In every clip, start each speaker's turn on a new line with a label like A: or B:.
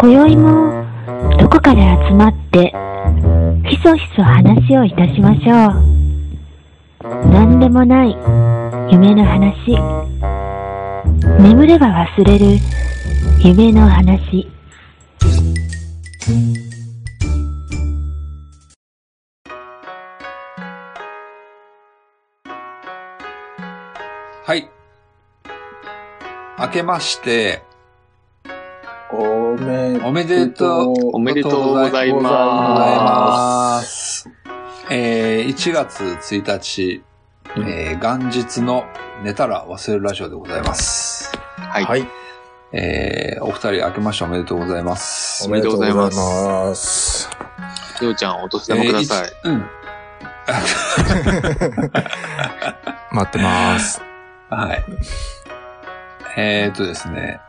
A: 今宵もどこかで集まってひそひそ話をいたしましょう何でもない夢の話眠れば忘れる夢の話
B: はい。明けまして、
C: おめ
B: おめでとう、。
D: おめでとうございます
B: えー、1月1日、えー、元日の寝たら忘れるラジオでございます。
D: はい。
C: はい。
B: えー、お二人明けましておめでとうございます。
D: おめでとうございます
C: おめでとうございます。
D: りょうちゃん、お年玉くだ
B: えー
D: さい。
B: いちうん。
C: 待ってます。
B: はい。えー、っとですね。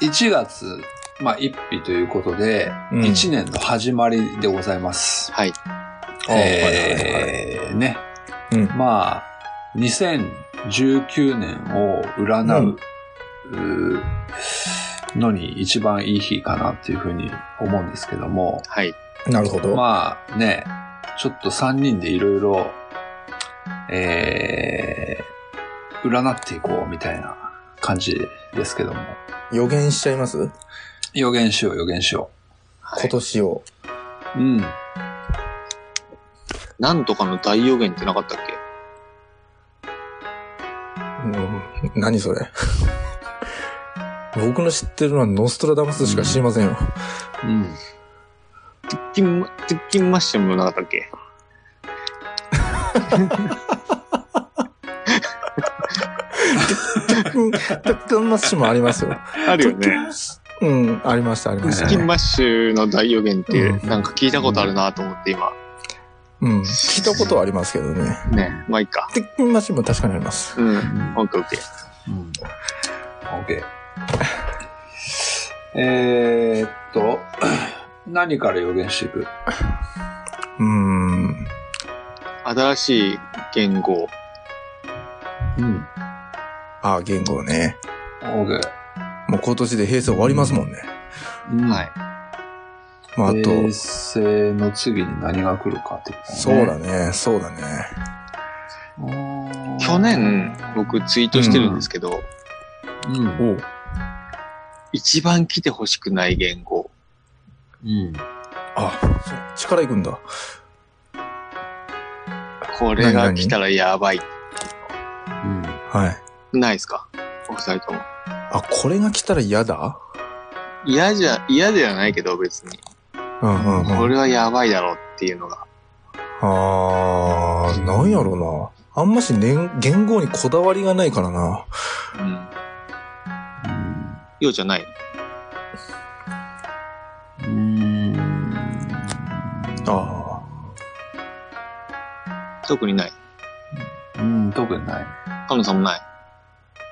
B: 1月、まあ、一日ということで、
C: うん
B: 1年の始まりでございます。
D: はい。
B: えーね。
C: うん
B: まあ、2019年を占う、うーのに一番いい日かなっていうふうに思うんですけども、
D: はい。
C: なるほど。
B: まあね、ちょっと3人でいろいろ、えー、占っていこうみたいな感じですけども、
C: 予言しちゃいます、
B: 予言しよう予言しよ
D: はい
C: 今年を。
B: う。うん。
D: なんとかの大予言ってなかったっけ
C: うん、何それ。僕の知ってるのはノストラダムスしか知りませんよ。
B: うん。
D: 鉄筋、鉄筋マッシュもなかったっけ
C: うん、タッカンマッシュもありますよ。
D: あるよね。
C: うん、ありました、ありま
D: 鉄
C: した
D: 筋。マッシュの大予言って
C: う、ん
D: なんか聞いたことあるなと思って今。
C: うん、聞いたことはありますけどね。
D: ね。まあいいか。
C: 鉄筋マッシュも確かにあります。
D: うん。オ
B: ん
D: ッケーオッケー。
B: うん。OK。えーっと、 何から予言していく
C: うん。
D: 新しい言語。
B: うん。
C: ああ、言語ね。
B: OK。
C: もう今年で平成終わりますもんね。
D: はい。
C: まあ、あと、
B: 平成の次に何が来るかってことね
C: そうだね、そうだね。
B: うん
D: 去年、僕ツイートしてるんですけど、
B: うん。
C: おう
D: 一番来てほしくない言語。
B: うん。
C: あ、そっちから行くんだ。
D: これが来たらやばい。
B: うん。
C: はい。
D: ないですかお二人とも。
C: あ、これが来たら嫌だ
D: 嫌じゃ、嫌ではないけど別に。
C: うんうんうん。
D: これはやばいだろうっていうのが。
C: あー、なんやろな。あんまし年、言語にこだわりがないからな。
D: うん。ようじゃない。
B: うん。
C: あ
D: 特にない。
B: うん、特にない。
D: カノさんもない。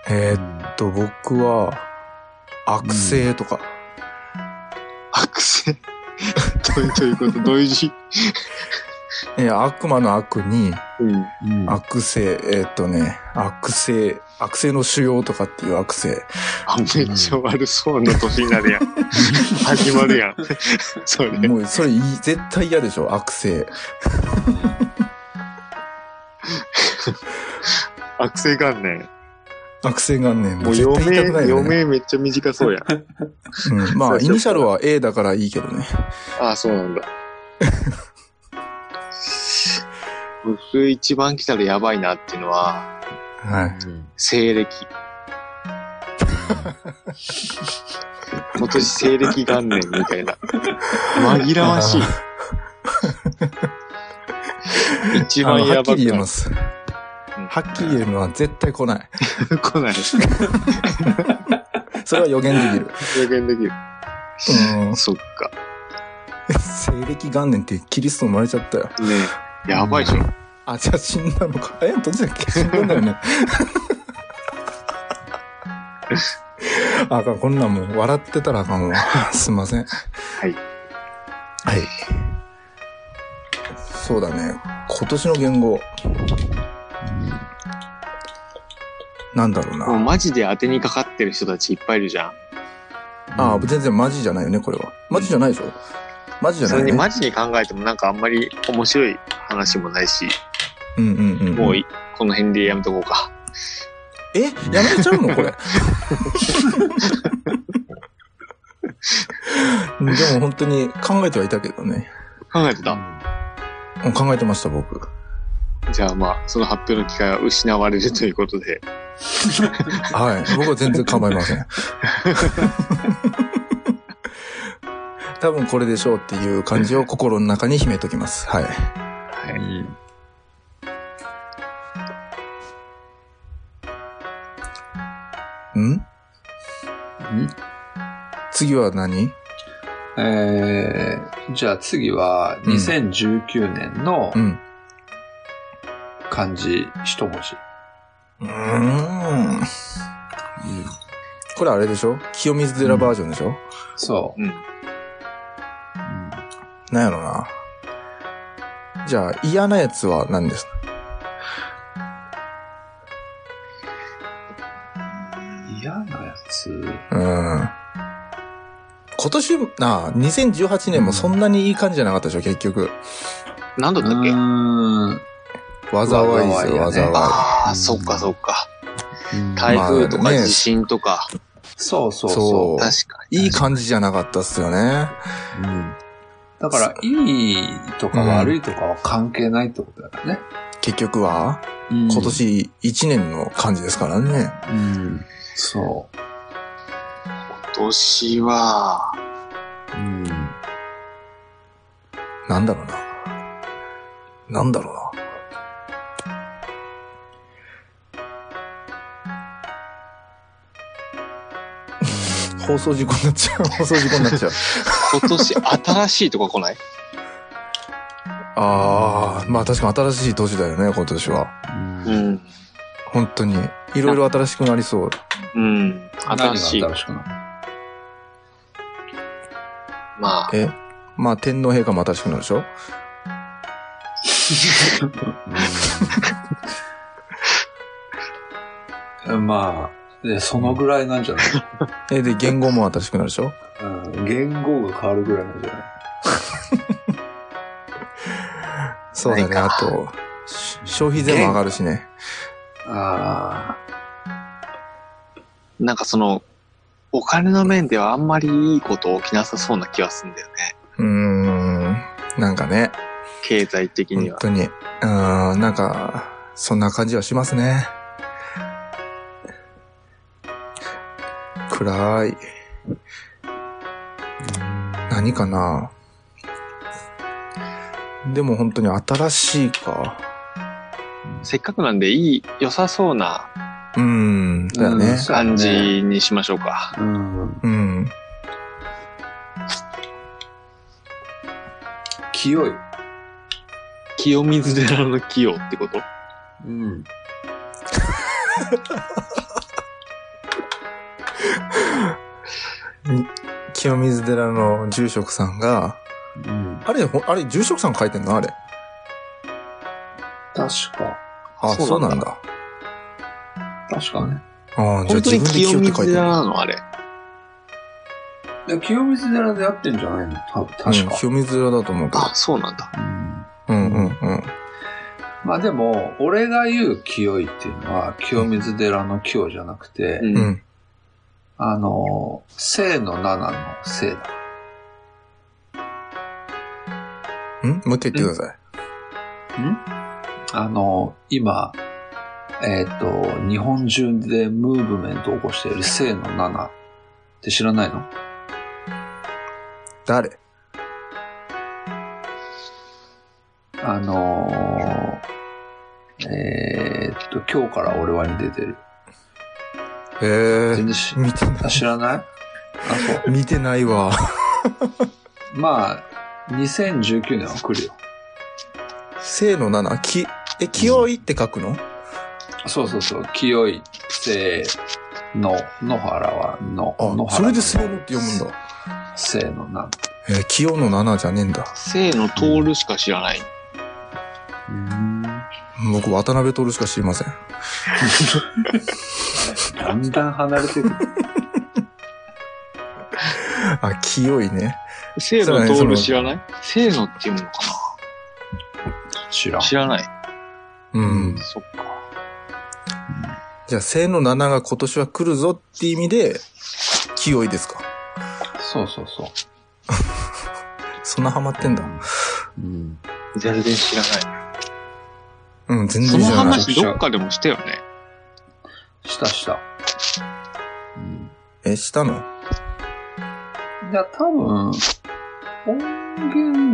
C: ー。えー、っと、僕は、悪性とか。
D: 悪性。どういうどういうことどういう字
C: えー悪魔の悪に、
D: うん。
B: うん。あ、
C: 悪性、えーっとね、悪性、悪性の腫瘍とかっていう悪性。
D: あ、めっちゃ悪そうな年になるやん。始まるやん。そ れ。
C: もう、それいい、絶対嫌でしょ、悪性。
D: 悪性元年。
C: 悪性元年
D: もう
C: 絶
D: 余
C: 対
D: 命、
C: 痛くないよ
D: 余
C: ね。
D: 命めっちゃ短そ うやん。
C: うん、まあ、
D: そう
C: イニシャルは A だからいいけどね。
D: ああ、そうなんだ。僕一番来たらやばいなっていうのは、
C: はい。
D: 西暦。今年西暦元年みたいな。紛らわ しい。一
C: あ
D: 番
C: のは
D: やば
C: っき
D: く
C: り言え
D: な
C: ま
D: い。
C: す。
D: うん
C: はっきり言えるのは絶対来ない。
D: 来ない。
C: それは予言できる。
D: 予言できる。
C: うん。
D: そっか。
C: 西暦元年ってキリスト生まれちゃったよ。
D: ねえ。やばいでしょ。
C: あ、じゃあ死んだのか。え、どっちだっけ死んだんだよね。 あかん、こんなんもう笑ってたらあかんわ。すんません。はいはい。そうだね。今年の言語。なんだろうな。
D: もうマジで当てにかかってる人たちいっぱいいるじゃん。
C: ああ、全然マジじゃないよね、これは。マジじゃないでしょマジじゃ
D: そ
C: ない
D: れ
C: よ
D: に
C: ね。
D: マジに考えてもなんかあんまり面白い話もないし、
C: うんうんうん。
D: もういこの辺でやめとこうか。
C: えやめちゃうのこ れ。でも本当に考えてはいたけどね。
D: 考えてた。
B: だ。
C: うん考えてました、僕。
D: じゃあまあ、その発表の機会は失われるということで。
C: はい。僕は全然構いませ ん。多分これでしょうっていう感じを心の中に秘めときます。はい。
B: うん
C: ん次は何
B: えー、じゃあ次は
C: うん
B: 2019年の
C: うん。
B: 漢字一文字。
C: うーん。これあれでしょ清水寺バージョンでしょ、
B: そう。
D: うん。
C: なんやろな。じゃあ、嫌なやつは何ですか
B: 嫌なやつ。
C: うーん。今年、なあ、2018年もそんなにいい感じじゃなかったでしょ、結局。
D: 何だったっけ、
B: うーん
C: 災いです
B: 災
C: よ、
B: いやね
C: 災い。
D: ああ、
B: うん
D: そっかそっか。
B: 大
D: 台風と
C: まあ
D: か
C: ね
D: 地震とか。
B: そうそうそ
C: そう
D: 確かに。
C: いい感じじゃなかったっすよね。
B: う。うんだから、いいとか悪いとかは関係ないってことだよね。
C: 結局は、
B: 今
C: 今。年1年の感じですからね。
B: うんそう。
D: 今年は、
B: うん
C: なんだろうな。なんだろうな。 放送事故になっちゃう。放送事故になっちゃう。
D: 今年新しいとか来ない
C: ああ、まあ確かに新しい年だよね、今年は。
B: うん
D: ん。
C: 本当に。いろいろ新しくなりそう。
D: うん。新しい。
B: 何が新しくなる
D: まあ、
C: えまあ天皇陛下も新しくなるでしょ
B: うんまあ、でそのぐらいなんじゃない
C: え、で、言語も新しくなるでしょ
B: うん言語が変わるぐらいなんじゃない
C: そうだよね。
D: ない
C: あ
D: か
C: と、し消費税も上がるしね。
B: あ
D: なんかその、お金の面ではあんまりいいこと起きなさそうな気はするんだよね。
C: うーん。なんかね、
D: 経済的に
C: 本
D: は。
C: 当に。うーん、なんか、そんな感じはしますね。暗い。何かなでも本当に新しいか。
D: せっかくなんでいい、良さそうな
C: うーん、だよ
B: うん
C: ね。
B: そうだね
D: 感じにしましょうか。
B: あ、うん。
C: うん。
B: 清い。
D: 清水寺の清ってこと
B: うん。
C: 清水寺の住職さんが、
B: うん。
C: あれ、ほあれ、住職さん書いてんのあれ。
B: 確か。
C: あ、
D: そ
C: そうう
D: な
C: なん
D: だ
C: んだ。
B: 確かね。
C: ああ、じゃあ
D: 本当
C: 自
D: に
C: 分で
D: 清
C: 清って書
D: 水
C: いてる
D: 寺。なのあれ。
B: で清水寺でやってんじゃないの多分、確
C: うん
B: か。
C: 清水寺だと思うけど
D: あ、。そうなんだ。
B: うん
C: うんうんうん。
B: まあでも、俺が言う清いっていうのは、清水寺の清じゃなくて、
D: うん。
C: うん。
B: あの、清の七の清だ。
C: んもう一回言ってください。
B: あの、今、えっ、と、日本中でムーブメントを起こしている清の七って知らないの
C: 誰
B: あのーえっと、今日から俺はに出てる。
C: え
B: 全
C: ー、
B: 然し
C: 見てな
B: あ
C: い。
B: 知らないあ、そう。
C: 見てないわ。
B: まあ、2019年は来るよ。
C: 生の7、き、え、清いって書くの
B: そうそうそう。清い、せーの、野原はの、野
C: あ、そ
B: 原
C: れで生のって読むんだ。
B: だ。せーの、なん。
C: えー、清の7じゃねえんだ。
D: 生の通るしか知らない。
C: 僕、渡辺徹しか知りません。
B: だんだん離れてくる。
C: あ、清いね。
D: せーの通る知らないせーのっていうのか
B: 知らん
D: な。知らない。
C: うん。
D: そっか。
C: じゃあ、正の7が今年は来るぞって意味で、清いですか。
B: そうそうそう。
C: そんなハマってんだ。
B: うん。
D: 全然知らない。
C: うん、全
D: そ
C: 然
D: の
C: 知らない。
D: 話どっかでもしたよね。
B: したした。うん。
C: え、したの
B: いや、多分、音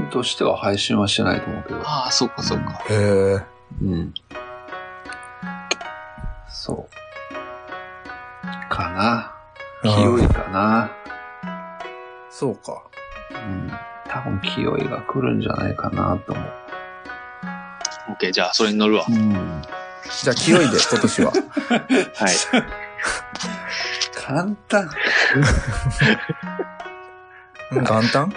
B: 源としては配信はしてないと思うけど。
D: ああ、そうかそうか。
C: へえ。
B: うん。そう。かな。清
C: い。
B: いかな。
C: そうか。
B: うん。多分、清いが来るんじゃないかなと思う。
D: オッケー、じゃあそれに乗 るわ。
B: うん。
C: じゃあ、清いで、今年は。
D: はい。
B: 簡単。
C: うん元旦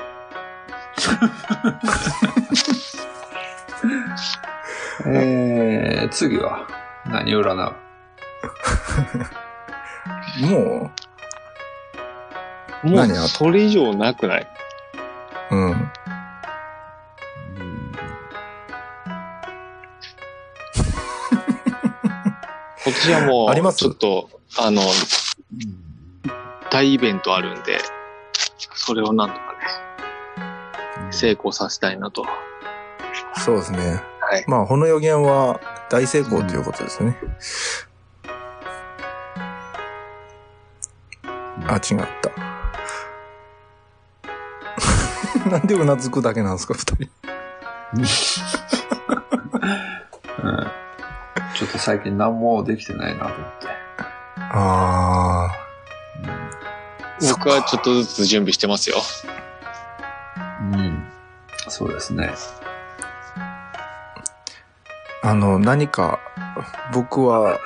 B: えー、次は、何占う
C: も
D: もう
C: 何、、
D: それ以上なくないう
C: うん。
D: 今年はもう、
C: あります
D: ちょっと、あの、大イベントあるんで、それをなんとかね、成功させたいなと。は
C: そうですね。
D: い。
C: まあ、この予言は大成功ということですね。あ、違った。 なんでうなずくだけなんですか、二人。
B: うん。ちょっと最近何もできてないなと思って。
C: あ
D: 僕はちょっとずつ準備してますよ。
B: うん。そうですね。
C: あ、あの、何か、僕は、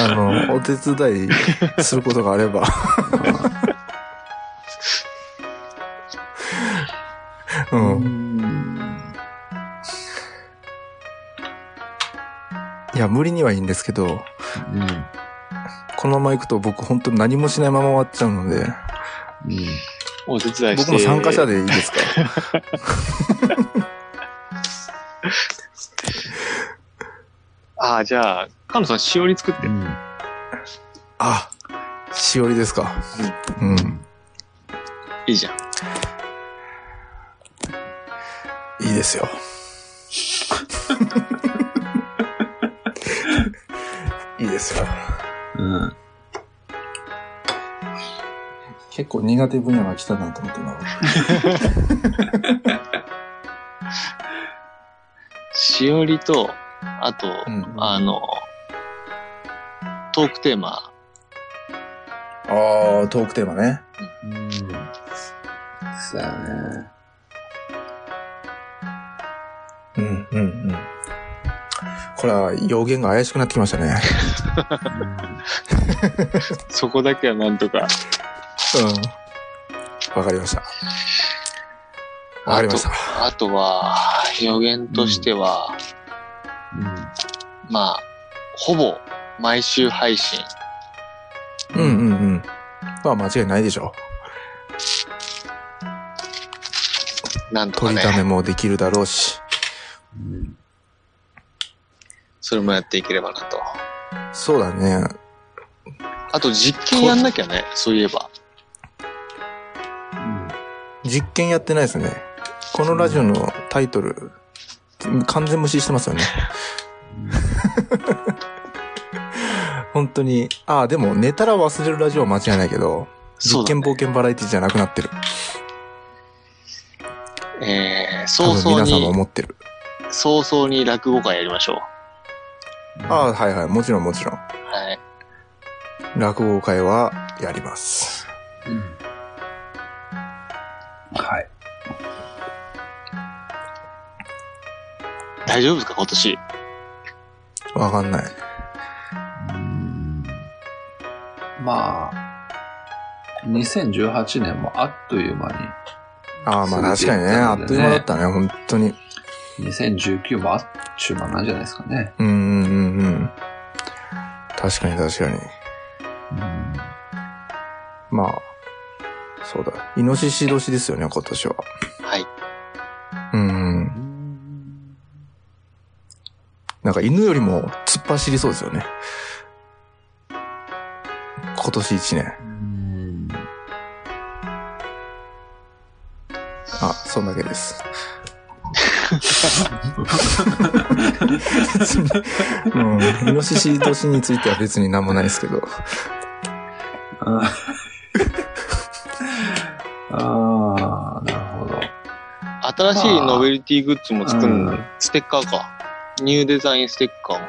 C: あの、お手伝いすることがあれば、うん。
B: ん。
C: いや、無理にはいいんですけど、
B: うん。
C: このまま行くと僕本当に何もしないまま終わっちゃうので、
B: うん。
D: お手伝いし
C: 僕
D: て。
C: も参加者でいいですか
D: ああ、じゃあ、カノさん、しおり作って。
C: あ、しおりですか。うん。
D: いいじゃん。
C: いいです よ。いいですよ。
B: うん。
C: 結構苦手分野が来たなと思ってな。
D: しおりと、あと、
C: うん
D: あの、トークテーマ。
C: ああ、トークテーマね。
B: うん。そうやね。
C: うん、うん、うん。これは、要言が怪しくなってきましたね。
D: そこだけはなんとか。
C: うん。わかりました。わかりました。
D: あとは、予言としては、まあ、ほぼ毎週配信。
C: うん、うん、うん。まあ、間違いないでしょう。
D: なんとか
C: 取りため
D: ね、
C: もできるだろうし。
B: うん。
D: それもやっていければなと。
C: そうだね。
D: あと実験やんなきゃね、そういえば。
C: 実験やってないですね。このラジオのタイトル、完全無視してますよね。本当に。ああ、でも寝たら忘れるラジオは間違いないけど、
D: そう
C: 実
D: だ
C: 験冒険バラエティじゃなくなってる。
D: えー、
C: 多
D: 早
C: 分
D: 々
C: 皆さんが
D: に、
C: 思ってる。
D: 早々に落語会やりましょう。
C: ああ、はいはい。もちろんもちろん。
D: はい。
C: 落語会はやります。
B: はい。
D: 大丈夫ですか、今年。
C: わかんない。
B: まあ、2018年もあっという間
C: ああ、まあ確かにね。あ
B: 過
C: っ
B: ぎて
C: とい
B: いったんでね
C: う間だったね。本当に。
B: に、2019もあっちゅう間なんじゃないですかね。
C: うんうんうんうん。確かに確かに。
B: うん
C: まあ、そうだ。イノシシ年ですよね、今年は。
D: はい。
C: うん。なんか犬よりも突っ走りそうですよね。今年一年。
B: うん。
C: あ、そんだけです。別に、うん、イノシシ年については別になんもないですけど。
B: あーあー、なるほど。
D: 新しいノベルティグッズも作るんだ、
B: うん
D: ステッカーか。ニューデザインステッカーも。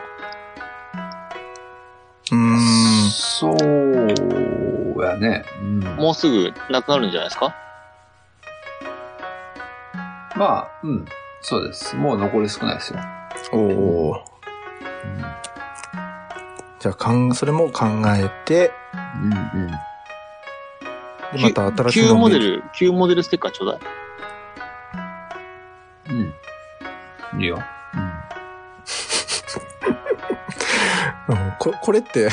C: うーん。
B: そうやね。うん、
D: もうすぐなくなるんじゃないですか
B: まあ、うん。そうです。もう残り少ないですよ。
C: おーじゃあ、かん、それも考えて、
B: うん、うん。
C: でまた新しい
D: 旧
C: の
D: モ
C: 見
D: デ
C: る
D: ル、旧モデルステッカーちょうだい。
B: うん。いいよ。
C: うんここれって、
B: うん。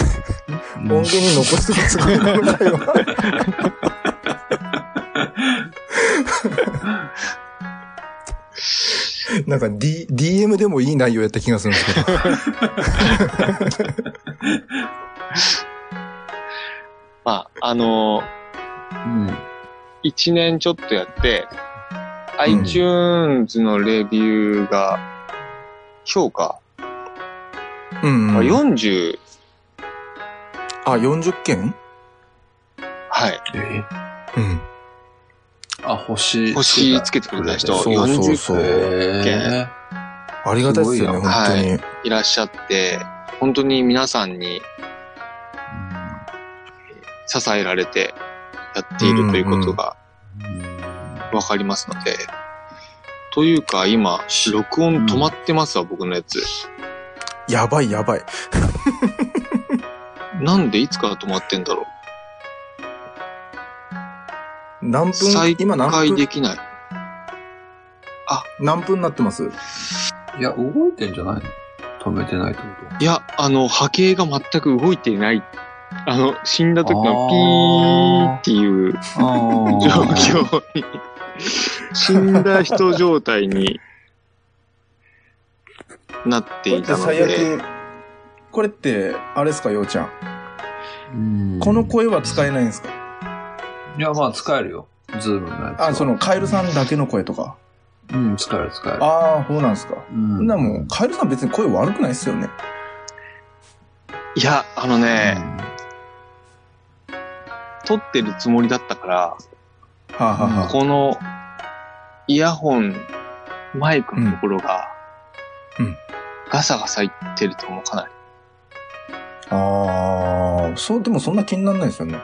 C: 音源に残してくつもりなのかよ。なんか、D、DM でもいい内容やった気がするんですけど。
D: まあ、あの
B: うん。
D: ー、1年ちょっとやって、
C: ん
D: iTunes のレビューが、今日か、
C: うん、
D: まあ
C: うん。
D: 40、
C: あ、40件
D: はい、
B: え
C: うん。
B: あ、星。
D: 星つけてくれた人、
C: そうそう
D: 40
C: そう
B: え
C: ありがたいですよ
B: すご
C: ね、
B: い
C: 本
D: な
C: 当に。
D: いらっしゃって、本当に皆さんに支えられてやっているということがわかりますので、というか今、録音止まってますわ、僕のやつ。
C: やばいやばい。
D: なんでいつから止まってんだろう。
C: 何分
D: 再、
C: 今何
D: 開で
C: 分、
D: きない。
C: 何分なってます
B: いや、動いてんじゃないの止めてないってこ
D: いや、あの、波形が全く動いていない。あの、死んだ時のピーっていう
B: と あ
D: 状況に、死んだ人状態になっていたので、、
C: これって、あれですか、ようちゃん。
B: 況
C: この声は使えないんですか
B: いや、まあ、使えるよ。ズームのやつは
C: あ、そ。の、カエルさんだけの声とか。
B: うん、使える、使える。
C: ああ、そうなんですか。
B: う
C: そんなもん、カエルさん別に声悪くないっすよね。
D: いや、あのね、
B: うん
D: 撮ってるつもりだったから、
C: はあ、はあは
D: このイヤホン、マイクのところが、
C: うんうん
D: ガサガサいってると思う、かなり。
C: あ、ああ、そう、でもそんな気にならないですよね。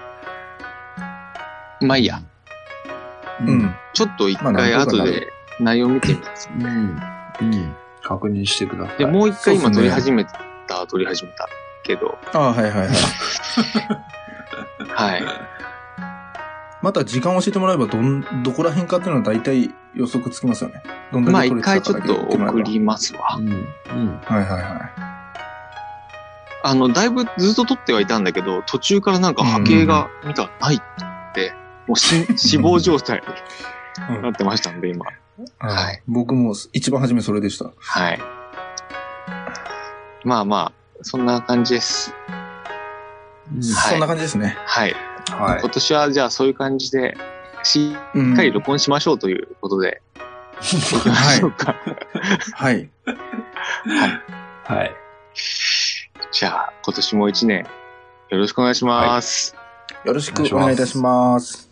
D: まあいいや。
C: うん。
D: ちょっと一
C: まあ
D: 回
C: なんとかな
D: 後
C: る
D: で内容見てみます。
B: うん。うん。確認してください。
D: で、もう一回
C: そうっす
D: 今
C: ね
D: 撮り始めた、撮り始めたけど、
C: ああ、はいはいはい。
D: はい。
C: また時間を教えてもらえば、どん、どこら辺かっていうのは大体予測つきますよね。どんだ
D: まあ
C: け
D: 一
C: 取れてたか
D: 回ちょ
C: だ
D: っ
C: け
D: と
C: 言てもらえば
D: 送りますわ。
B: うん。うん。
C: はいはいは
D: あの、だいぶずっと撮ってはいたんだけど、途中からなんか波形が見たらないって言って、もう し死亡状態
C: う
D: に
C: ん
D: なってましたんで、今。
C: い。
D: はい。
C: 僕も一番初めそれでした。
D: はい。まあまあ、そんな感じです。はい
C: そんな感じですね。
D: はい。
B: はい
D: 今。年はじゃあそういう感じで、し
C: うん
D: っかり録音しましょうということで、いきましょう か。
C: はい。
B: はい。
D: じゃあ、今年も一年、よろしくお願いします。
C: よろしくお願いいたします。